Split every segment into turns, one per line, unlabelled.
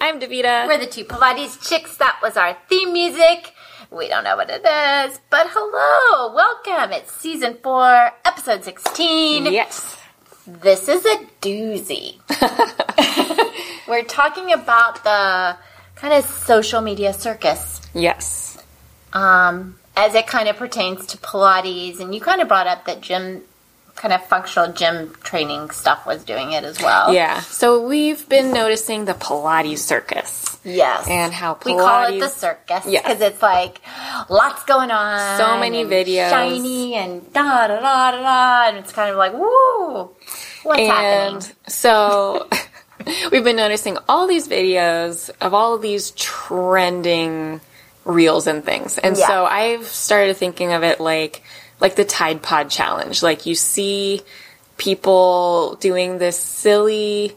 Davita.
We're the two Pilates chicks. That was our theme music. We don't know what it is, but hello, welcome. It's season four, episode 16.
Yes.
This is a doozy. We're talking about the kind of social media circus
Yes.
um, as it kind of pertains to Pilates. And you kind of brought up that gym, kind of functional gym training stuff was doing it as well.
Yeah. So we've been noticing the Pilates circus.
Yes.
And how
We call it the
Pilates-
circus
Yeah.
because it's like lots going on.
So many
and
videos.
Shiny and da da da da da. And it's kind of like, woo, what's
and
happening?
so we've been noticing all these videos of all of these trending reels and things. And
Yeah.
so I've started thinking of it like like the Tide Pod challenge. Like you see people doing this silly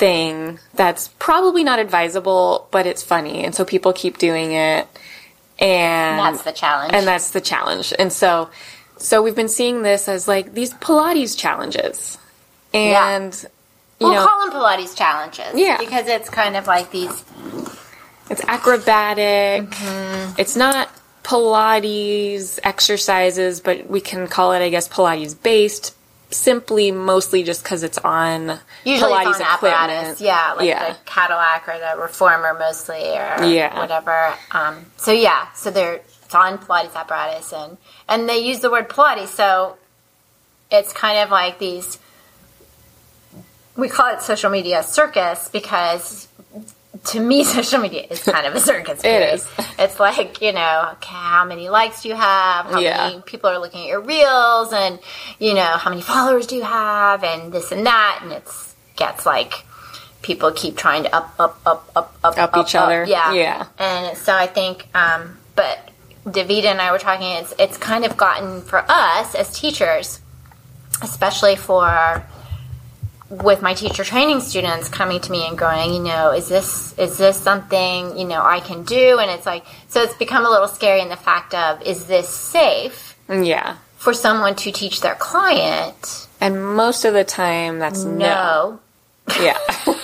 thing that's probably not advisable, but it's funny. And so people keep doing it. And
That's the challenge.
and uh, that's the challenge. And so, so we've been seeing this as like these Pilates challenges, and you
we'll
know,
call them Pilates challenges.
Yeah.
Because it's kind of like these.
it's acrobatic.
Mm-hmm.
It's not Pilates exercises, but we can call it, I guess, Pilates based. Simply, mostly just because it's on
Usually
Pilates
it's on apparatus,
equipment.
yeah, like
yeah,
the Cadillac or the Reformer mostly, or
Yeah.
whatever. Um, so yeah, so they're it's on Pilates apparatus, and and they use the word Pilates, so it's kind of like these. We call it social media circus because to me, social media is kind of a circus. period.
is.
It's like you know, okay, how many likes do you have? How
Yeah.
many people are looking at your reels, and you know, how many followers do you have, and this and that, and it's gets like people keep trying to up, up, up, up, up,
Up each other.
Oh, Yeah,
Yeah.
And so I think, um, but Davita and I were talking. It's it's kind of gotten for us as teachers, especially for with my teacher training students coming to me and going, you know, is this is this something you know I can do? And it's like, so it's become a little scary in the fact of is this safe
yeah.
for someone to teach their client?
And most of the time, that's Yeah.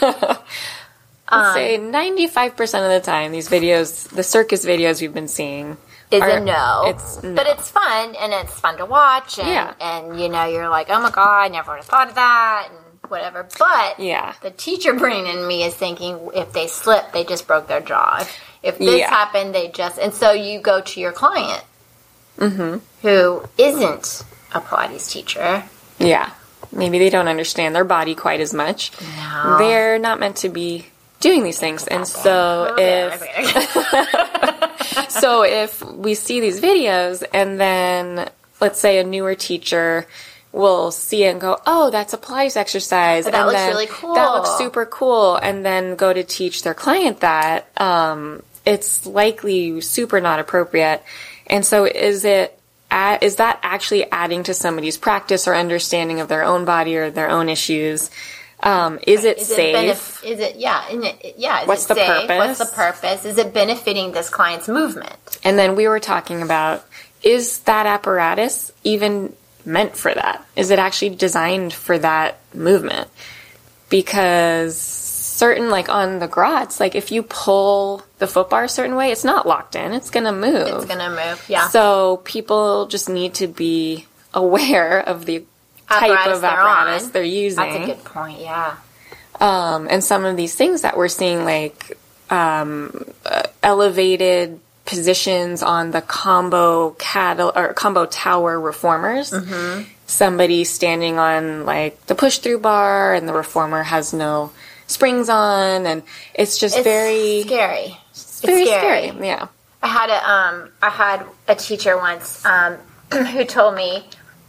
I'd say 95% of the time, these videos, the circus videos we've been seeing,
is
are-
a no.
It's no.
But it's fun and it's fun to watch and,
Yeah.
and you know, you're like, Oh my god, I never would have thought of that and whatever. But
Yeah.
the teacher brain in me is thinking if they slip, they just broke their jaw. If, if this
Yeah.
happened, they just and so you go to your client
Mm-hmm.
who isn't a Pilates teacher.
Yeah. Maybe they don't understand their body quite as much.
No.
They're not meant to be doing these things. And so if so if we see these videos and then let's say a newer teacher will see it and go, "Oh, that's a Pilates exercise."
That
and
looks
then,
really cool.
That looks super cool and then go to teach their client that um it's likely super not appropriate. And so is it a- is that actually adding to somebody's practice or understanding of their own body or their own issues? Um, is it
Is
safe?
It benef- is it yeah? and it- yeah. Is
What's
it
the
safe?
purpose?
What's the purpose? Is it benefiting this client's movement?
And then we were talking about is that apparatus even meant for that? Is it actually designed for that movement? Because certain, like on the grots, like if you pull the foot bar a certain way, it's not locked in, it's gonna move.
It's gonna move. Yeah.
So people just need to be aware of the type
Apparatus
of
they're
apparatus
on.
they're using.
That's a good point. Yeah.
Um, and some of these things that we're seeing, like um, uh, elevated positions on the combo cattle or combo tower reformers.
Mm-hmm.
Somebody standing on like the push through bar, and the reformer has no springs on, and it's just
It's
very
scary. It's
very
scary.
scary. Yeah,
I had a um I had a teacher once um who told me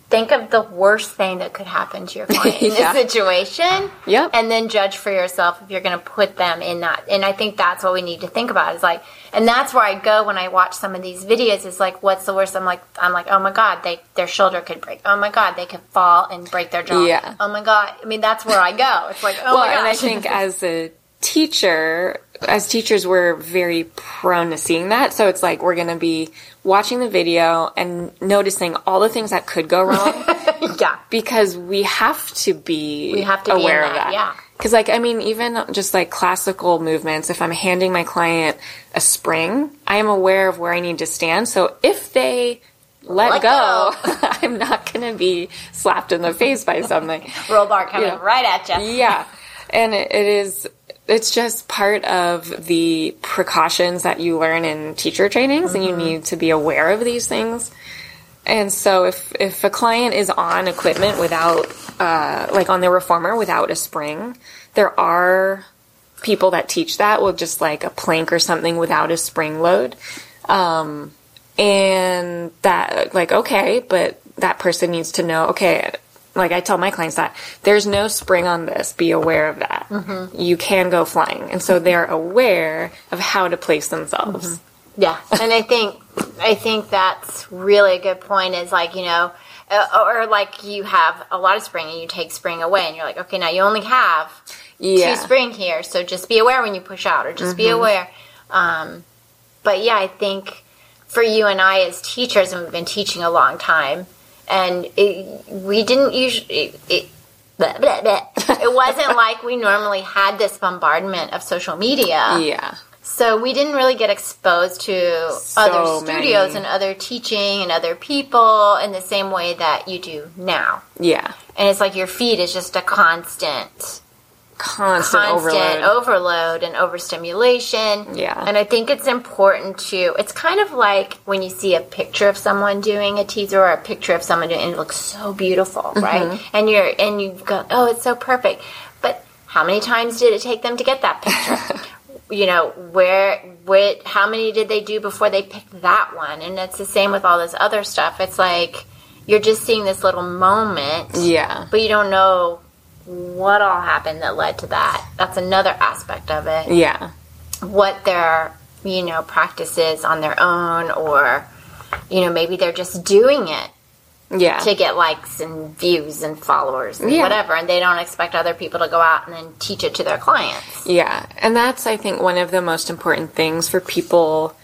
think of the worst thing that could happen to your client in
Yeah.
this situation.
Yep.
And then judge for yourself if you're gonna put them in that and I think that's what we need to think about is like and that's where I go when I watch some of these videos is like what's the worst? I'm like I'm like, oh my god, they their shoulder could break. Oh my god, they could fall and break their jaw.
Yeah.
Oh my god. I mean that's where I go. It's like oh
well,
my god.
and I think as a teacher, as teachers, we're very prone to seeing that. So it's like we're going to be watching the video and noticing all the things that could go wrong
yeah.
because we have to be
We have to be in
aware of
that,
that.
yeah.
Because, like, I mean, even just like classical movements, if I'm handing my client a spring, I am aware of where I need to stand. So if they let,
Let
go, I'm not going to be slapped in the face by something.
Roll bar coming
Yeah.
right at you.
yeah. And it, it is, it's just part of the precautions that you learn in teacher trainings, and you need to be aware of these things. And so, if, if a client is on equipment without, uh, like on their reformer without a spring, there are people that teach that with just like a plank or something without a spring load. Um, and that, like, okay, but that person needs to know, okay, like I tell my clients that there's no spring on this. Be aware of that. You can go flying. And so they're aware of how to place themselves.
Yeah, and I think I think that's really a good point. Is like you know, uh, or like you have a lot of spring and you take spring away, and you're like, okay, now you only have
Yeah. Mm-hmm.
two spring here, so just be aware when you push out, or just be aware. Um, but yeah, I think for you and I as teachers, and we've been teaching a long time, and it, we didn't usually. It, it, blah, blah, blah. it wasn't like we normally had this bombardment of social media.
Yeah.
So we didn't really get exposed to other studios
many.
and other teaching and other people in the same way that you do now.
Yeah.
And it's like your feed is just a constant,
Constant,
constant
overload.
overload and overstimulation.
Yeah.
And I think it's important to, it's kind of like when you see a picture of someone doing a teaser or a picture of someone doing, and it looks so beautiful,
Mm-hmm.
right? And you're, and you go, oh, it's so perfect. But how many times did it take them to get that picture? you know where what how many did they do before they picked that one and it's the same with all this other stuff it's like you're just seeing this little moment
yeah.
but you don't know what all happened that led to that that's another aspect of it
Yeah.
what their you know practices on their own or you know maybe they're just doing it
Yeah.
to get likes and views and followers and
Yeah.
whatever and they don't expect other people to go out and then teach it to their clients
Yeah. And that's, I think, one of the most important things for people,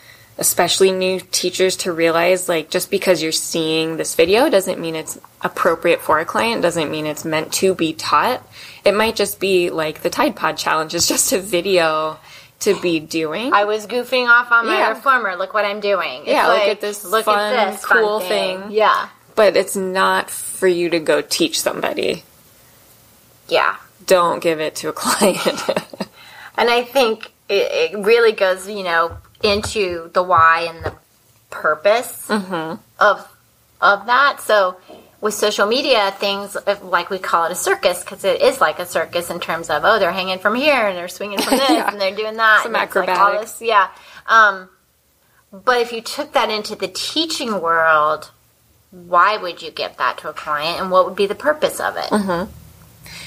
especially new teachers, to realize like, just because you're seeing this video doesn't mean it's appropriate for a client, doesn't mean it's meant to be taught. It might just be like the Tide Pod Challenge is just a video to be doing.
I was goofing off on my
Yeah.
reformer. Look what I'm doing. It's
Yeah, look at this fun, cool thing.
Yeah,
but it's not for you to go teach somebody.
yeah.
Don't give it to a client.
And I think it, it really goes, you know, into the why and the purpose
Mm-hmm.
of of that. So with social media, things if- like we call it a circus because it is like a circus in terms of oh, they're hanging from here and they're swinging from this
Yeah.
and they're doing that.
Some
and it's like all
acrobatics.
this- yeah. Um, but if you took that into the teaching world, why would you give that to a client, and what would be the purpose of it?
Mm-hmm.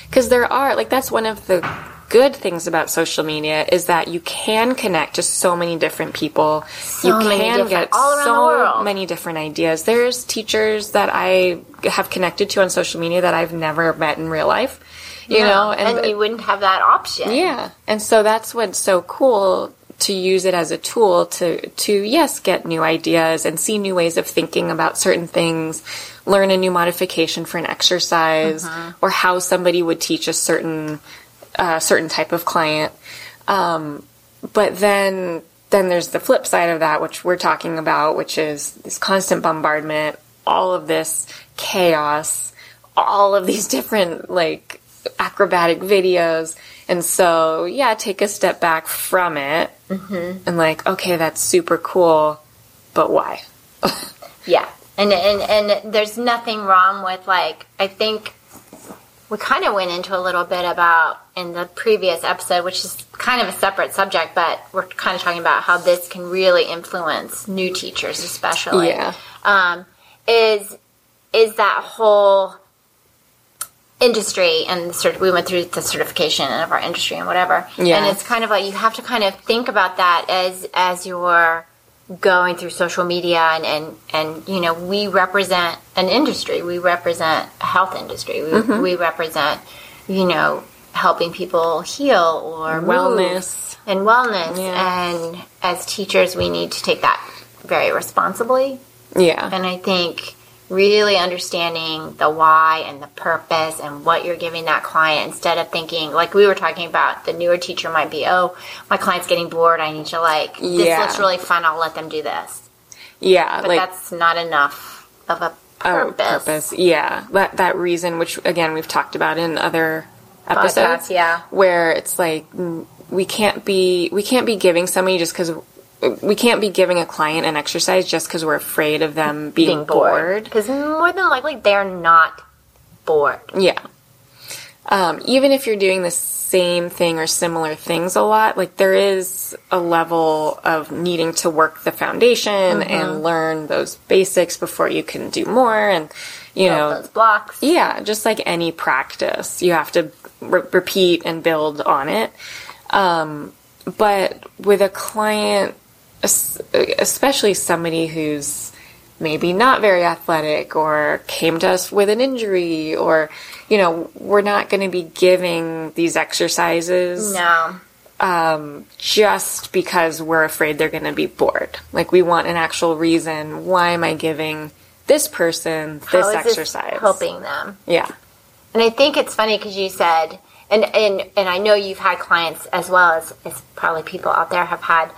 because there are like that's one of the good things about social media is that you can connect to so many different people you
many
can
different-
get
all around
so
the world.
many different ideas there's teachers that i have connected to on social media that i've never met in real life you know
and, you wouldn't have that option.
yeah. And so that's what's so cool to use it as a tool to to yes, get new ideas and see new ways of thinking about certain things, learn a new modification for an exercise or how somebody would teach a certain uh, certain type of client. Um, but then then there's the flip side of that which we're talking about which is this constant bombardment, all of this chaos, all of these different like acrobatic videos. And so, yeah, take a step back from it
Mm-hmm.
and like, okay, that's super cool, but why?
Yeah. And and and there's nothing wrong with like I think we kind of went into a little bit about in the previous episode, which is kind of a separate subject, but we're kind of talking about how this can really influence new teachers, especially.
Yeah.
Um, is is that whole industry and sort we went through the certification of our industry and whatever.
Yeah.
And it's kind of like you have to kind of think about that as as you're going through social media and, and, and you know, we represent an industry. We represent a health industry. We,
Mm-hmm.
we represent, you know, helping people heal or move
Wellness.
and wellness.
Yeah.
And as teachers, we need to take that very responsibly.
Yeah.
And I think really understanding the why and the purpose and what you're giving that client instead of thinking like we were talking about the newer teacher might be oh my client's getting bored i need to like this
Yeah.
looks really fun i'll let them do this
Yeah,
but
like
that's not enough of a
oh,
purpose,
purpose. Yeah, that that reason, which again we've talked about in other
Podcasts,
episodes.
yeah.
where it's like mm, we can't be we can't be giving somebody just because we can't be giving a client an exercise just because we're afraid of them being,
being bored because more than likely they're not bored
Yeah. Um, even if you're doing the same thing or similar things a lot, like there is a level of needing to work the foundation
Mm-hmm.
and learn those basics before you can do more. And, you
Build
know,
those blocks
yeah, just like any practice, you have to re- repeat and build on it. Um, but with a client, es- especially somebody who's maybe not very athletic or came to us with an injury or, you know, we're not going to be giving these exercises
no
just because we're afraid they're going to be bored. Like we want an actual reason. Why am I giving this person this
How is
exercise?
helping them
Yeah.
And I think it's funny because you said, and, and and I know you've had clients as well as, as probably people out there have had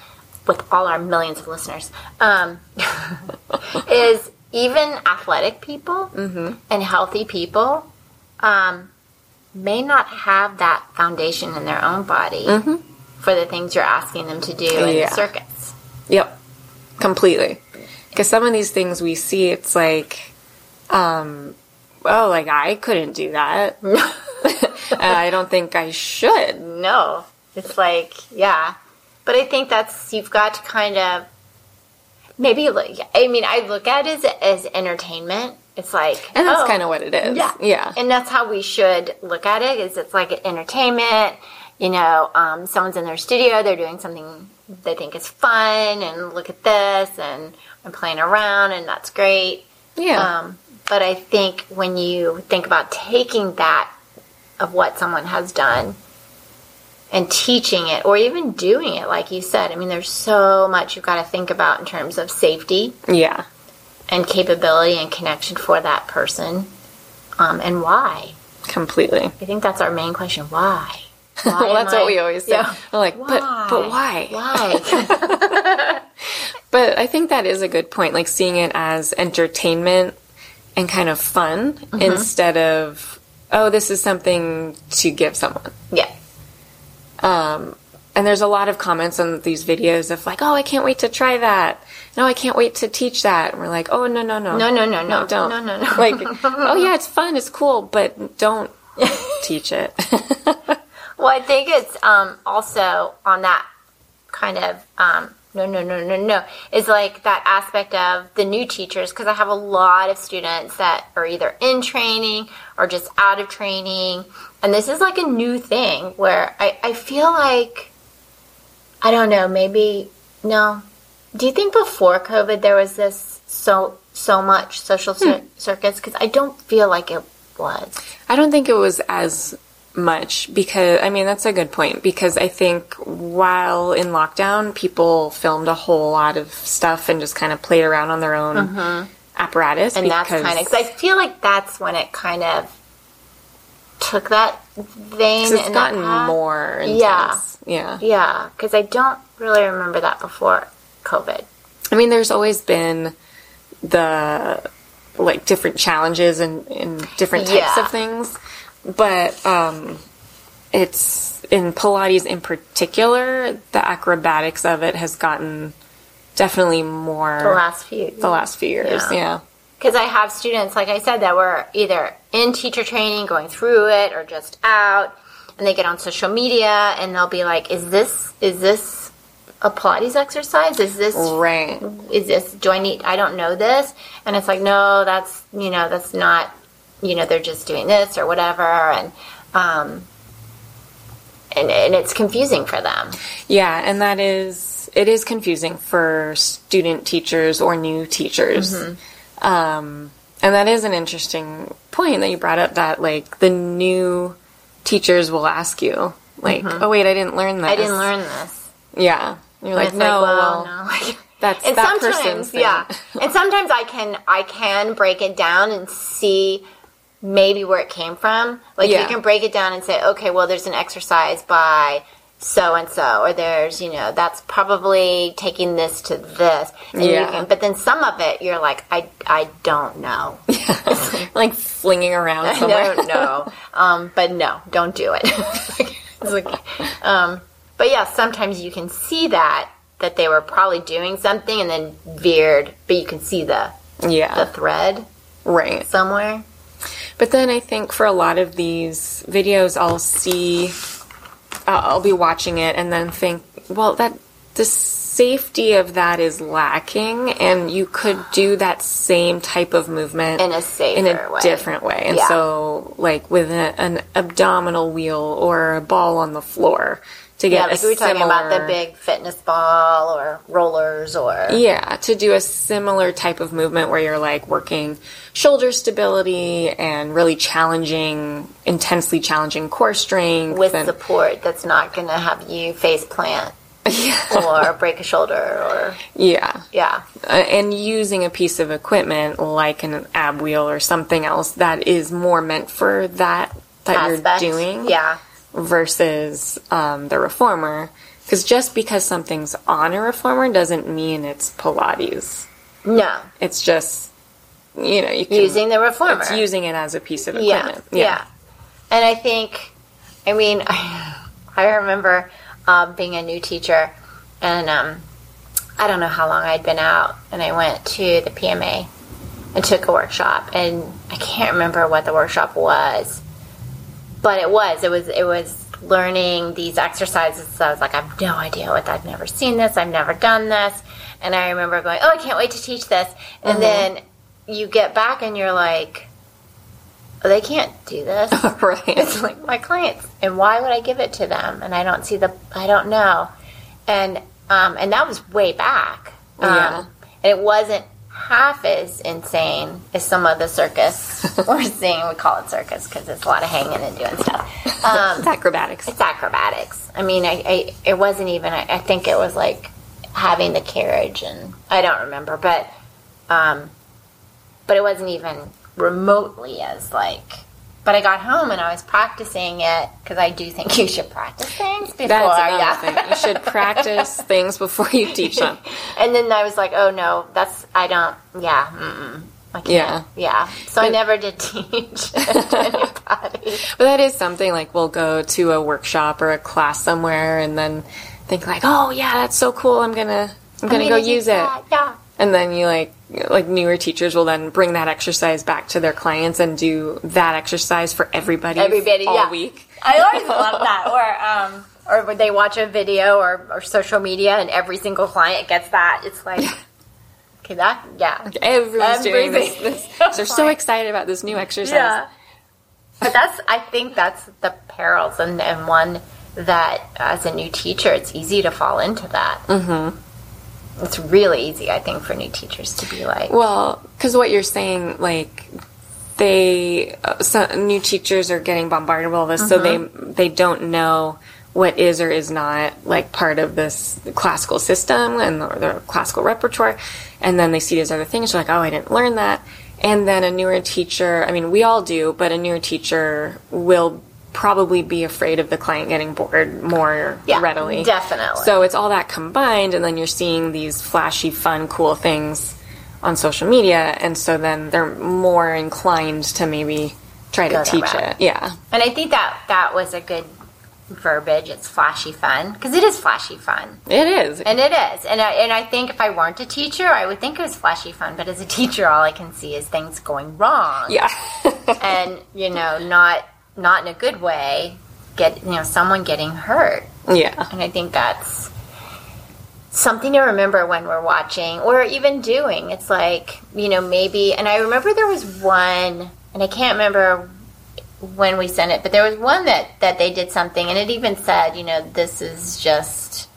with all our millions of listeners, um, is even athletic people and healthy people um, may not have that foundation in their own body for the things you're asking them to do in
Yeah.
the circuits.
Yep, completely. Because some of these things we see, it's like, um, oh, like I couldn't do that. And I don't think I should.
no it's like yeah but i think that's you've got to kind of maybe look i mean i look at it as, as entertainment it's like
And that's
oh,
kind of what it is.
yeah
Yeah.
and that's how we should look at it is it's like entertainment you know um, someone's in their studio they're doing something they think is fun and look at this and i'm playing around and that's great
yeah.
um, but I think when you think about taking that of what someone has done and teaching it or even doing it, like you said, I mean, there's so much you've got to think about in terms of safety
yeah.
and capability and connection for that person um, and why.
Completely.
I think that's our main question why? Why
Well,
am
that's what
I-
we always say.
Yeah.
We're like, but but why?
Why?
But I think that is a good point, like seeing it as entertainment and kind of fun
Mm-hmm.
instead of oh, this is something to give someone.
yeah.
Um, and there's a lot of comments on these videos of like, oh, I can't wait to try that. No, I can't wait to teach that. And we're like, oh, no, no, no,
No, no, no, no.
don't,
No, no, no.
Like, oh yeah, it's fun, it's cool, but don't teach it.
Well, I think it's um, also on that kind of um, no, no, no, no, no. Is like that aspect of the new teachers because I have a lot of students that are either in training or just out of training, and this is like a new thing where I, I feel like I don't know. Maybe no. Do you think before COVID there was this so so much social cir- circuits? Because I don't feel like it was.
I don't think it was as much because I mean that's a good point because I think while in lockdown people filmed a whole lot of stuff and just kind of played around on their own apparatus
Mm-hmm. and that's
because-
kind of because I feel like that's when it kind of took that vein.
'cause it's
and that
gotten
path.
more intense.
Yeah.
yeah.
Yeah, because I don't really remember that before COVID.
I mean, there's always been the like different challenges and, and different types
Yeah.
of things, but um, it's in Pilates in particular, the acrobatics of it has gotten definitely more
The last few.
the last few years.
Yeah.
Yeah.
Because I have students, like I said, that were either in teacher training, going through it, or just out, and they get on social media and they'll be like, "Is this is this a Pilates exercise? Is this
right.
is this do i need i don't know this and it's like no that's you know that's not you know they're just doing this or whatever and um and, and it's confusing for them
Yeah, and that is it is confusing for student teachers or new teachers.
Mm-hmm.
Um, and that is an interesting point that you brought up that like the new teachers will ask you like, "Oh wait, I didn't learn that."
i Mm-hmm. didn't learn this
Yeah, And
And
you're like,
it's
"No,
like well
well,
no
That's
and
that person's
sometimes,
thing.
yeah, and sometimes I can I can break it down and see maybe where it came from. Like
Yeah.
you can break it down and say, okay, well, there's an exercise by so and so, or there's you know that's probably taking this to this. And you
Yeah.
can- but then some of it, you're like, I I don't know.
like flinging around
I
somewhere.
don't know. Um, but no, don't do it. It's like, um, but yeah, sometimes you can see that that they were probably doing something and then veered, but you can see the the
yeah,
thread
right.
somewhere.
But then I think for a lot of these videos, I'll see, uh, I'll be watching it and then think, well, that the safety of that is lacking, and you could do that same type of movement
In a safer
in a
way.
different way. And
Yeah.
so, like with a, an abdominal wheel or a ball on the floor to
Yeah,
get
like
a
we were talking about the
similar-
big fitness ball or rollers or
yeah, to do a similar type of movement where you're like working shoulder stability and really challenging, intensely challenging core strength.
with
and,
support that's not going to have you face plant or break a shoulder or
yeah.
yeah.
Uh, and using a piece of equipment like an ab wheel or something else that is more meant for that that
aspect.
you're doing
yeah.
versus um, the reformer. Because just because something's on a reformer doesn't mean it's Pilates.
No,
It's just, you know, you can,
using the reformer.
it's using it as a piece of
yeah,
equipment.
yeah. And I think, I mean, I, remember um, being a new teacher, and um, I don't know how long I'd been out, and I went to the PMA and took a workshop, and I can't remember what the workshop was, but it was, it was, it was learning these exercises. So I was like, I have no idea what I've never seen this, I've never done this, and I remember going, oh, I can't wait to teach this, and then you get back and you're like. They can't do this.
right.
It's like my clients and why would i give it to them and i don't see the i don't know and um and that was way back um,
Yeah.
and it wasn't half as insane as some of the circus we're seeing we call it circus because it's a lot of hanging and doing stuff um
It's acrobatics.
it's acrobatics i mean i, I it wasn't even I, I think it was like having the carriage and i don't remember but um but it wasn't even remotely as like but I got home and I was practicing it because I do think you should practice things before.
That's another
yeah.
thing. You should practice things before you teach them.
and then I was like, oh no, that's I don't. Yeah, mm-mm, I can't.
Yeah.
Yeah, So I never did teach anybody.
But that is something like we'll go to a workshop or a class somewhere and then think like, "Oh yeah, that's so cool. I'm going to I'm going to go
gonna do
use it."
that, Yeah.
And then you like like newer teachers will then bring that exercise back to their clients and do that exercise for everybody,
Everybody,
all
yeah.
week.
I always love that. Or um, or when they watch a video or, or social media and every single client gets that. It's like, okay, that yeah,
Everyone's doing this.
Everybody.
this- They're so excited about this new exercise.
yeah. But that's I think that's the perils and and one that as a new teacher it's easy to fall into that. Mm-hmm.
Mm-hmm.
It's really easy, I think, for new teachers to be like,
Well, because what you're saying, like they uh, so new teachers are getting bombarded with all this, so
Mm-hmm.
they they don't know what is or is not like part of this classical system and the, the classical repertoire, and then they see these other things. They're like, oh, I didn't learn that. And then a newer teacher, I mean, we all do, but a newer teacher will probably be afraid of the client getting bored more
Yeah,
readily.
definitely.
So it's all that combined, and then you're seeing these flashy, fun, cool things on social media, and so then they're more inclined to maybe try
Go
to
that
teach
route.
it. Yeah,
and I think that that was a good verbiage. It's flashy fun because it is flashy fun,
it is.
and it is. And I, and I think if I weren't a teacher, I would think it was flashy fun. But as a teacher, all I can see is things going wrong.
yeah,
and you know, not not in a good way. Get you know, someone getting hurt.
yeah,
And I think that's something to remember when we're watching or even doing. It's like, you know, maybe, and I remember there was one, and I can't remember when we sent it, but there was one that, that they did something, and it even said, you know, this is just,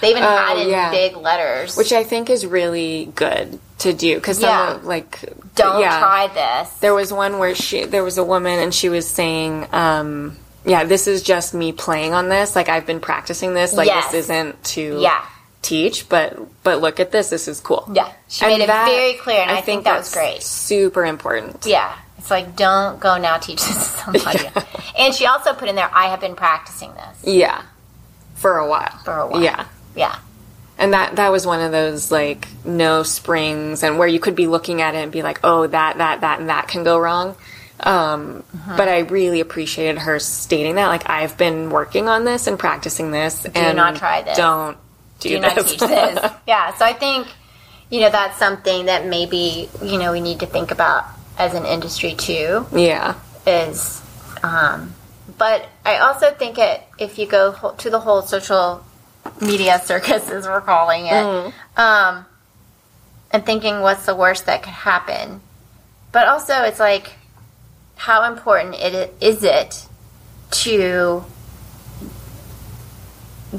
they even
Oh,
had in
yeah.
big letters,
which I think is really good to do because
Yeah.
like
don't
yeah.
try this.
There was one where she, there was a woman and she was saying, um, yeah, this is just me playing on this. Like I've been practicing this. Like
Yes.
this isn't to
Yeah.
teach, but but look at this. This is cool.
Yeah. She made it very clear, and I think that was
that's
great.
Super important.
Yeah. It's like, don't go now teach this to somebody. And she also put in there, I have been practicing this
Yeah. For a while.
for a while.
Yeah.
Yeah.
And that that was one of those like no springs and where you could be looking at it and be like, oh, that that that and that can go wrong. Um,
Mm-hmm.
But I really appreciated her stating that. Like, I've been working on this and practicing this, and
not try this.
Don't do,
do not
this.
teach this. Yeah, so I think you know that's something that maybe you know we need to think about as an industry too.
yeah,
Is, um, but I also think it if you go ho- to the whole social media circus as we're calling it, um, and thinking what's the worst that could happen, but also it's like how important it i- is it to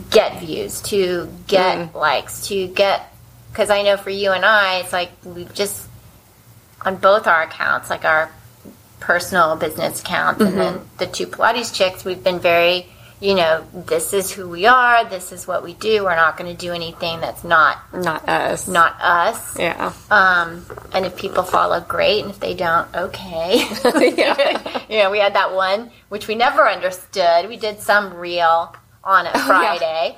get views, to get likes, to get because I know for you and I, it's like we've just on both our accounts, like our personal business accounts, and then
Mm-hmm.
the two Pilates chicks, we've been very, you know, this is who we are, this is what we do. We're not going to do anything that's not
not us.
not us.
yeah,
Um, and if people follow, great. And if they don't, okay.
Yeah.
you know, we had that one, which we never understood. We did some reel on a Friday,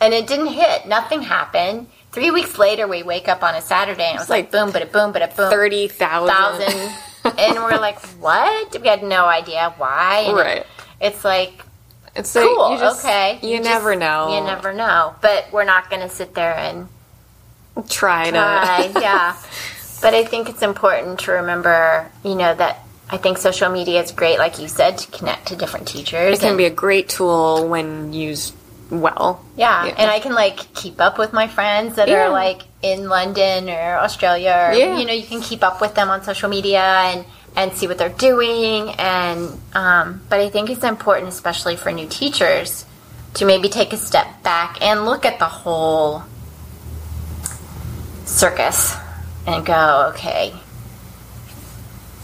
and it didn't hit. Nothing happened. Three weeks later, we wake up on a Saturday, and it was like,
like
boom, but a boom, but a boom,
thirty thousand.
thousand, and we're like, what? We had no idea why. And
Right.
It's like
It's like,
cool.
you just-
okay.
You,
just-
never know.
You never know. But we're not going to sit there and
try to.
Right, yeah. But I think it's important to remember, you know, that I think social media is great, like you said, to connect to different teachers.
It can
and-
be a great tool when used well.
yeah,
yeah.
and I can like keep up with my friends that
Yeah.
are like in London or Australia. Or,
Yeah.
You know, you can keep up with them on social media and and see what they're doing. And um, but I think it's important, especially for new teachers, to maybe take a step back and look at the whole circus and go, okay,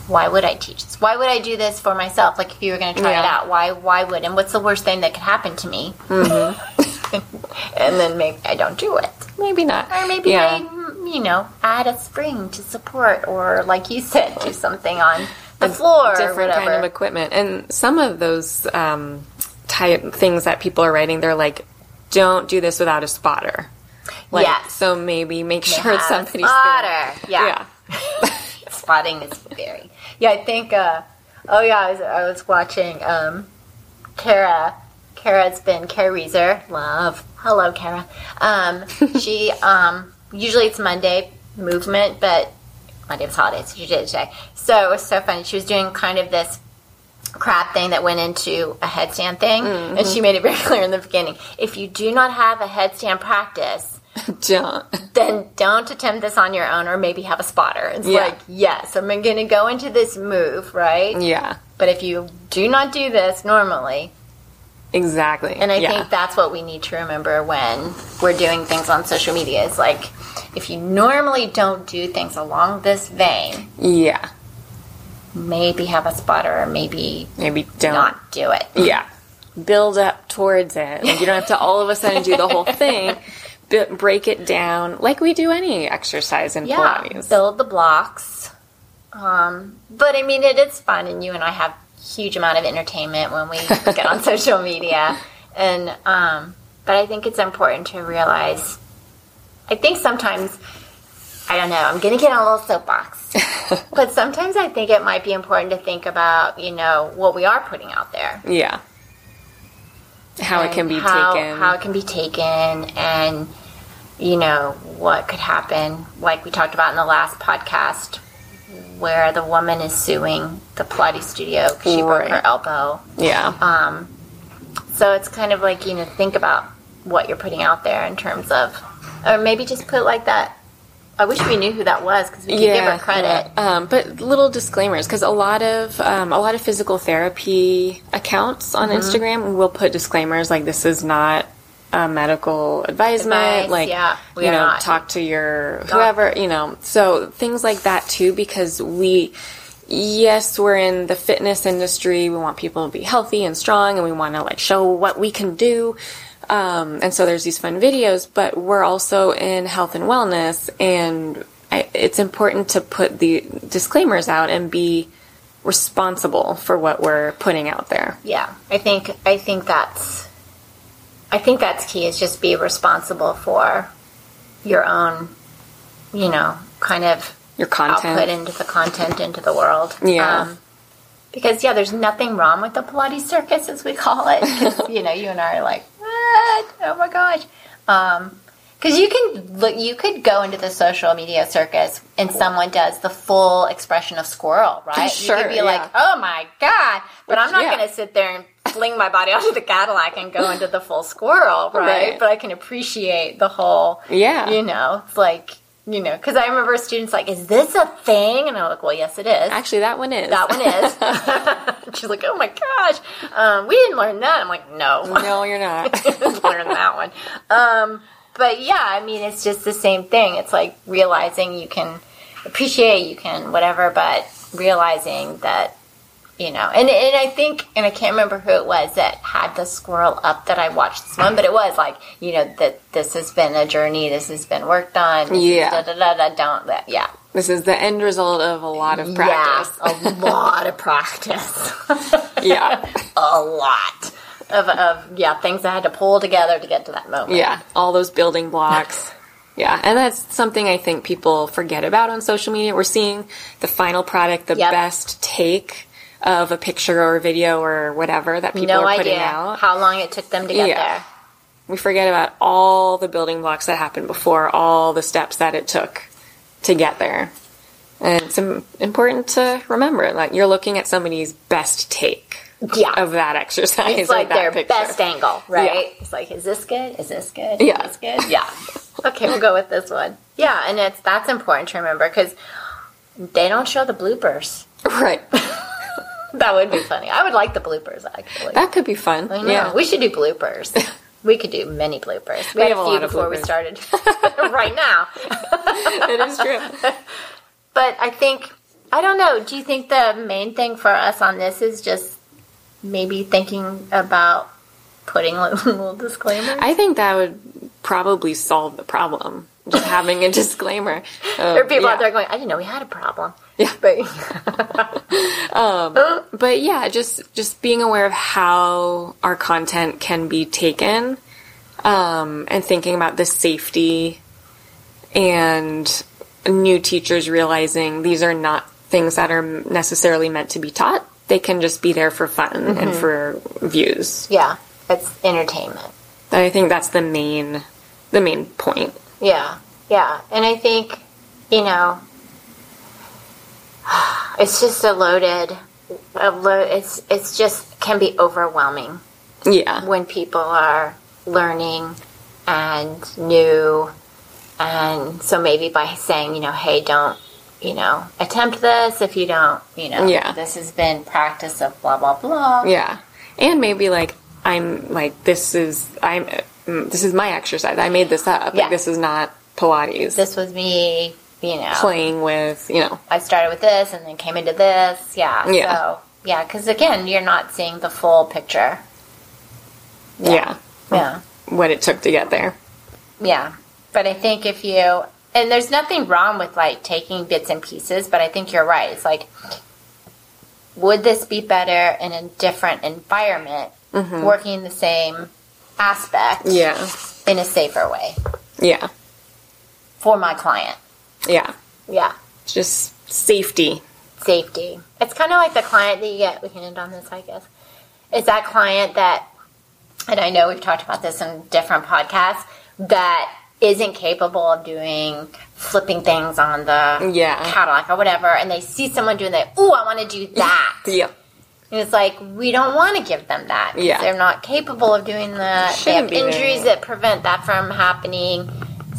why would I teach this? Why would I do this for myself? Like if you were going to try it
Yeah.
out, why why would? And what's the worst thing that could happen to me?
Mm-hmm.
and then maybe I don't do it,
Maybe not.
or maybe
yeah.
I mm, you know add a spring to support, or like you said, do something on the floor, or
different
whatever.
kind of equipment. And some of those um, type things that people are writing, they're like, "Don't do this without a spotter." Like,
Yes.
So maybe make sure
Have
it's
a
somebody's there.
spotter. yeah.
Yeah.
spotting is very yeah i think uh oh yeah i was, I was watching um kara kara's been kara Reeser. love hello kara um she um usually it's monday movement but monday was holiday so she did it today so it was so funny she was doing kind of this crab thing that went into a headstand thing and she made it very clear in the beginning if you do not have a headstand practice
Don't.
then don't attempt this on your own or maybe have a spotter. It's
Yeah.
like, yes, I'm going to go into this move, right?
Yeah.
But if you do not do this normally,
Exactly.
and I
yeah.
think that's what we need to remember when we're doing things on social media is like, if you normally don't do things along this vein,
yeah.
maybe have a spotter or maybe
Maybe don't.
not do it.
Yeah. Build up towards it. Like, you don't have to all of a sudden do the whole thing. B- break it down like we do any exercise in
yeah,
Pilates.
build the blocks. Um, but I mean, it is fun, and you and I have huge amount of entertainment when we get on social media. And um, but I think it's important to realize. I think sometimes, I don't know. I'm gonna get on a little soapbox, but sometimes I think it might be important to think about you know what we are putting out there
Yeah. How it
and
can be
how-
taken.
how it can be taken and you know what could happen like we talked about in the last podcast where the woman is suing the Pilates studio because she broke her
Right.
elbow
yeah.
um, so it's kind of like you know think about what you're putting out there in terms of or maybe just put like that I wish we knew who that was because we could give her credit
yeah. Um, but little disclaimers, because a lot of um, a lot of physical therapy accounts on
Mm-hmm.
Instagram will put disclaimers like this is not a medical advisement.
Advice,
like
yeah, we
you
are
know,
not.
talk to your whoever. You know, so things like that too, because we. Yes, we're in the fitness industry. We want people to be healthy and strong and we want to like show what we can do. Um, and so there's these fun videos, but we're also in health and wellness, and I, it's important to put the disclaimers out and be responsible for what we're putting out there.
Yeah, I think I think that's I think that's key is just be responsible for your own, you know, kind of
Your content.
output into the content into the world. Um,
Yeah.
because yeah, there's nothing wrong with the Pilates circus as we call it. 'Cause, you know, you and I are like, what? Oh my gosh. Um, because you can look, you could go into the social media circus, and someone does the full expression of squirrel, right? you
Sure,
could be
yeah.
like, "Oh my god!" But I'm not
yeah.
going to sit there and fling my body onto the Cadillac and go into the full squirrel, right?
Right.
But I can appreciate the whole,
Yeah.
You know, it's like you know, because I remember students like, "Is this a thing?" And I'm like, "Well, yes, it is."
Actually, that one is.
that one is. She's like, "Oh my gosh, um, we didn't learn that." I'm like, "No,
no, you're not.
learn that one. Um, but yeah, I mean, it's just the same thing. It's like realizing you can appreciate, you can whatever, but realizing that you know. And and I think, and I can't remember who it was that had the squirrel up that I watched this one, but it was like you know that this has been a journey, this has been worked on. this is
Yeah.
da da da da. Don't that yeah.
this is the end result of a lot of practice.
Yeah, a lot of practice.
Yeah.
a lot of, of yeah things I had to pull together to get to that moment.
Yeah, all those building blocks. Yeah, and that's something I think people forget about on social media. We're seeing the final product, the
Yep.
best take of a picture or a video or whatever that people
no
are putting
idea
out.
how long it took them to get
Yeah.
there.
We forget about all the building blocks that happened before, all the steps that it took to get there. And it's im- important to remember like you're looking at somebody's best take
Yeah.
of that exercise.
it's
or
like
that
their
picture.
best angle, right?
Yeah.
It's like, is this good? Is this good?
Yeah.
Is this good? Yeah. okay, we'll go with this one. Yeah, and it's that's important to remember because they don't show the bloopers.
Right.
That would be funny. I would like the bloopers actually.
That could be fun.
I know.
Uh, Yeah.
We should do bloopers. We could do many bloopers. We,
We
had
have
a
a
few
lot of
before we
bloopers.
started. right now.
it is true.
But I think I don't know. Do you think the main thing for us on this is just maybe thinking about putting a little disclaimer?
I think that would probably solve the problem. Just having a disclaimer. of-
There are people out
Oh, yeah.
there going, I didn't know we had a problem.
Yeah.
But
But yeah, just just being aware of how our content can be taken, um, and thinking about the safety and new teachers realizing these are not things that are necessarily meant to be taught. They can just be there for fun
Mm-hmm.
and for views.
yeah, it's entertainment.
And I think that's the main the main point.
Yeah. Yeah. And I think, you know, it's just a loaded a lo- it's it's just can be overwhelming.
Yeah.
when people are learning and new and so maybe by saying you know hey don't you know attempt this if you don't you know
Yeah.
this has been practice of blah blah blah
Yeah, and maybe like I'm like this is I'm mm, this is my exercise. I made this up.
Yeah.
Like this is not Pilates.
this was me you know
playing with you know
i started with this and then came into this yeah
Yeah.
so yeah because again you're not seeing the full picture
yeah. Mm.
yeah
what it took to get there.
Yeah. But I think if you, and there's nothing wrong with like taking bits and pieces, but I think you're right. It's like, would this be better in a different environment, working the same aspect
Yeah,
in a safer way
yeah,
for my client?
yeah.
Yeah.
It's Just safety.
Safety. It's kind of like the client that you get, we can end on this, I guess. It's that client that, and I know we've talked about this in different podcasts, that isn't capable of doing flipping things on the
Yeah.
Cadillac or whatever, and they see someone doing that. Ooh, I want to do that.
Yeah,
And it's like we don't want to give them that. 'cause
Yeah.
they're not capable of doing that.
Shouldn't
they
be
have
doing
injuries that prevent that from happening.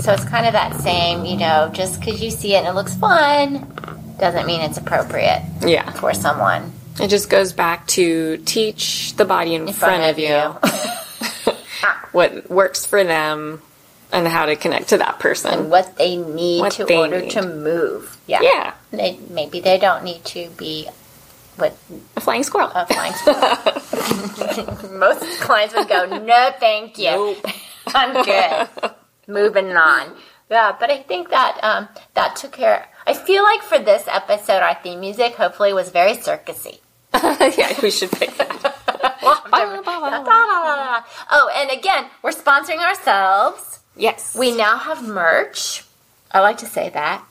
So it's kind of that same, you know, just because you see it and it looks fun, doesn't mean it's appropriate
yeah.
for someone
It just goes back to teach the body in,
in
front, of you, what works for them and how to connect to that person.
what they need
What
to
they
order
need.
to move. Yeah.
Yeah.
They, maybe they don't need to be with
A flying squirrel.
a flying squirrel. Most clients would go, no, thank you.
Nope.
I'm good. Moving on. Yeah, but I think that um, that took care. I feel like for this episode, our theme music hopefully was very circusy.
yeah, we should pick that.
Oh, and again, we're sponsoring ourselves.
Yes.
We now have merch. I like to say that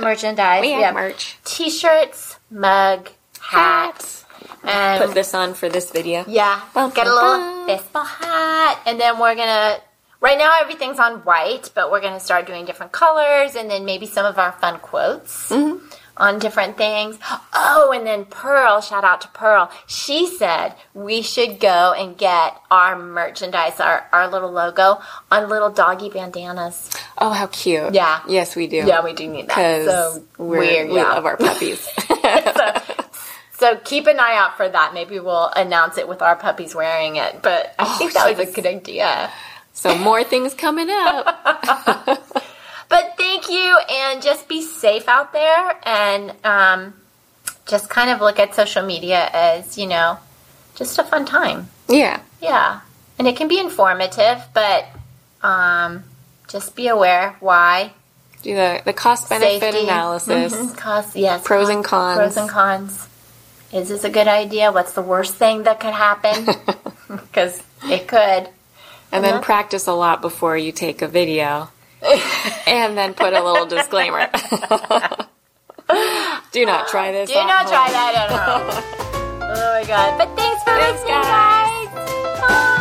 merchandise.
we have merch.
T-shirts, mug, hats, and
Put this on for this video.
Yeah,
Bum,
get a
bum,
little
bum.
baseball hat, and then we're gonna. Right now, everything's on white, but we're gonna start doing different colors, and then maybe some of our fun quotes
Mm-hmm.
on different things. Oh, and then Pearl, shout out to Pearl. She said we should go and get our merchandise, our our little logo on little doggy bandanas.
Oh, how cute.
Yeah.
Yes, we do.
Yeah, we do need that.
Because
So
we're,
we're,
we
yeah.
love our puppies.
So keep an eye out for that. Maybe we'll announce it with our puppies wearing it. But I
Oh,
think that was a
yes.
good idea.
so more things coming up.
But thank you, and just be safe out there, and um, just kind of look at social media as you know, just a fun time.
Yeah.
Yeah, and it can be informative, but um, just be aware why
Do the, the cost benefit
Safety.
analysis.
Mhm. costs. Yes,
Pros and cons.
Pros and cons. Is this a good idea? What's the worst thing that could happen? Because it could.
And then practice a lot before you take a video. and then put a little disclaimer. do not try this.
Do
at
not try
home.
that at home. oh my god! But thanks for
Thanks,
listening, guys. Bye.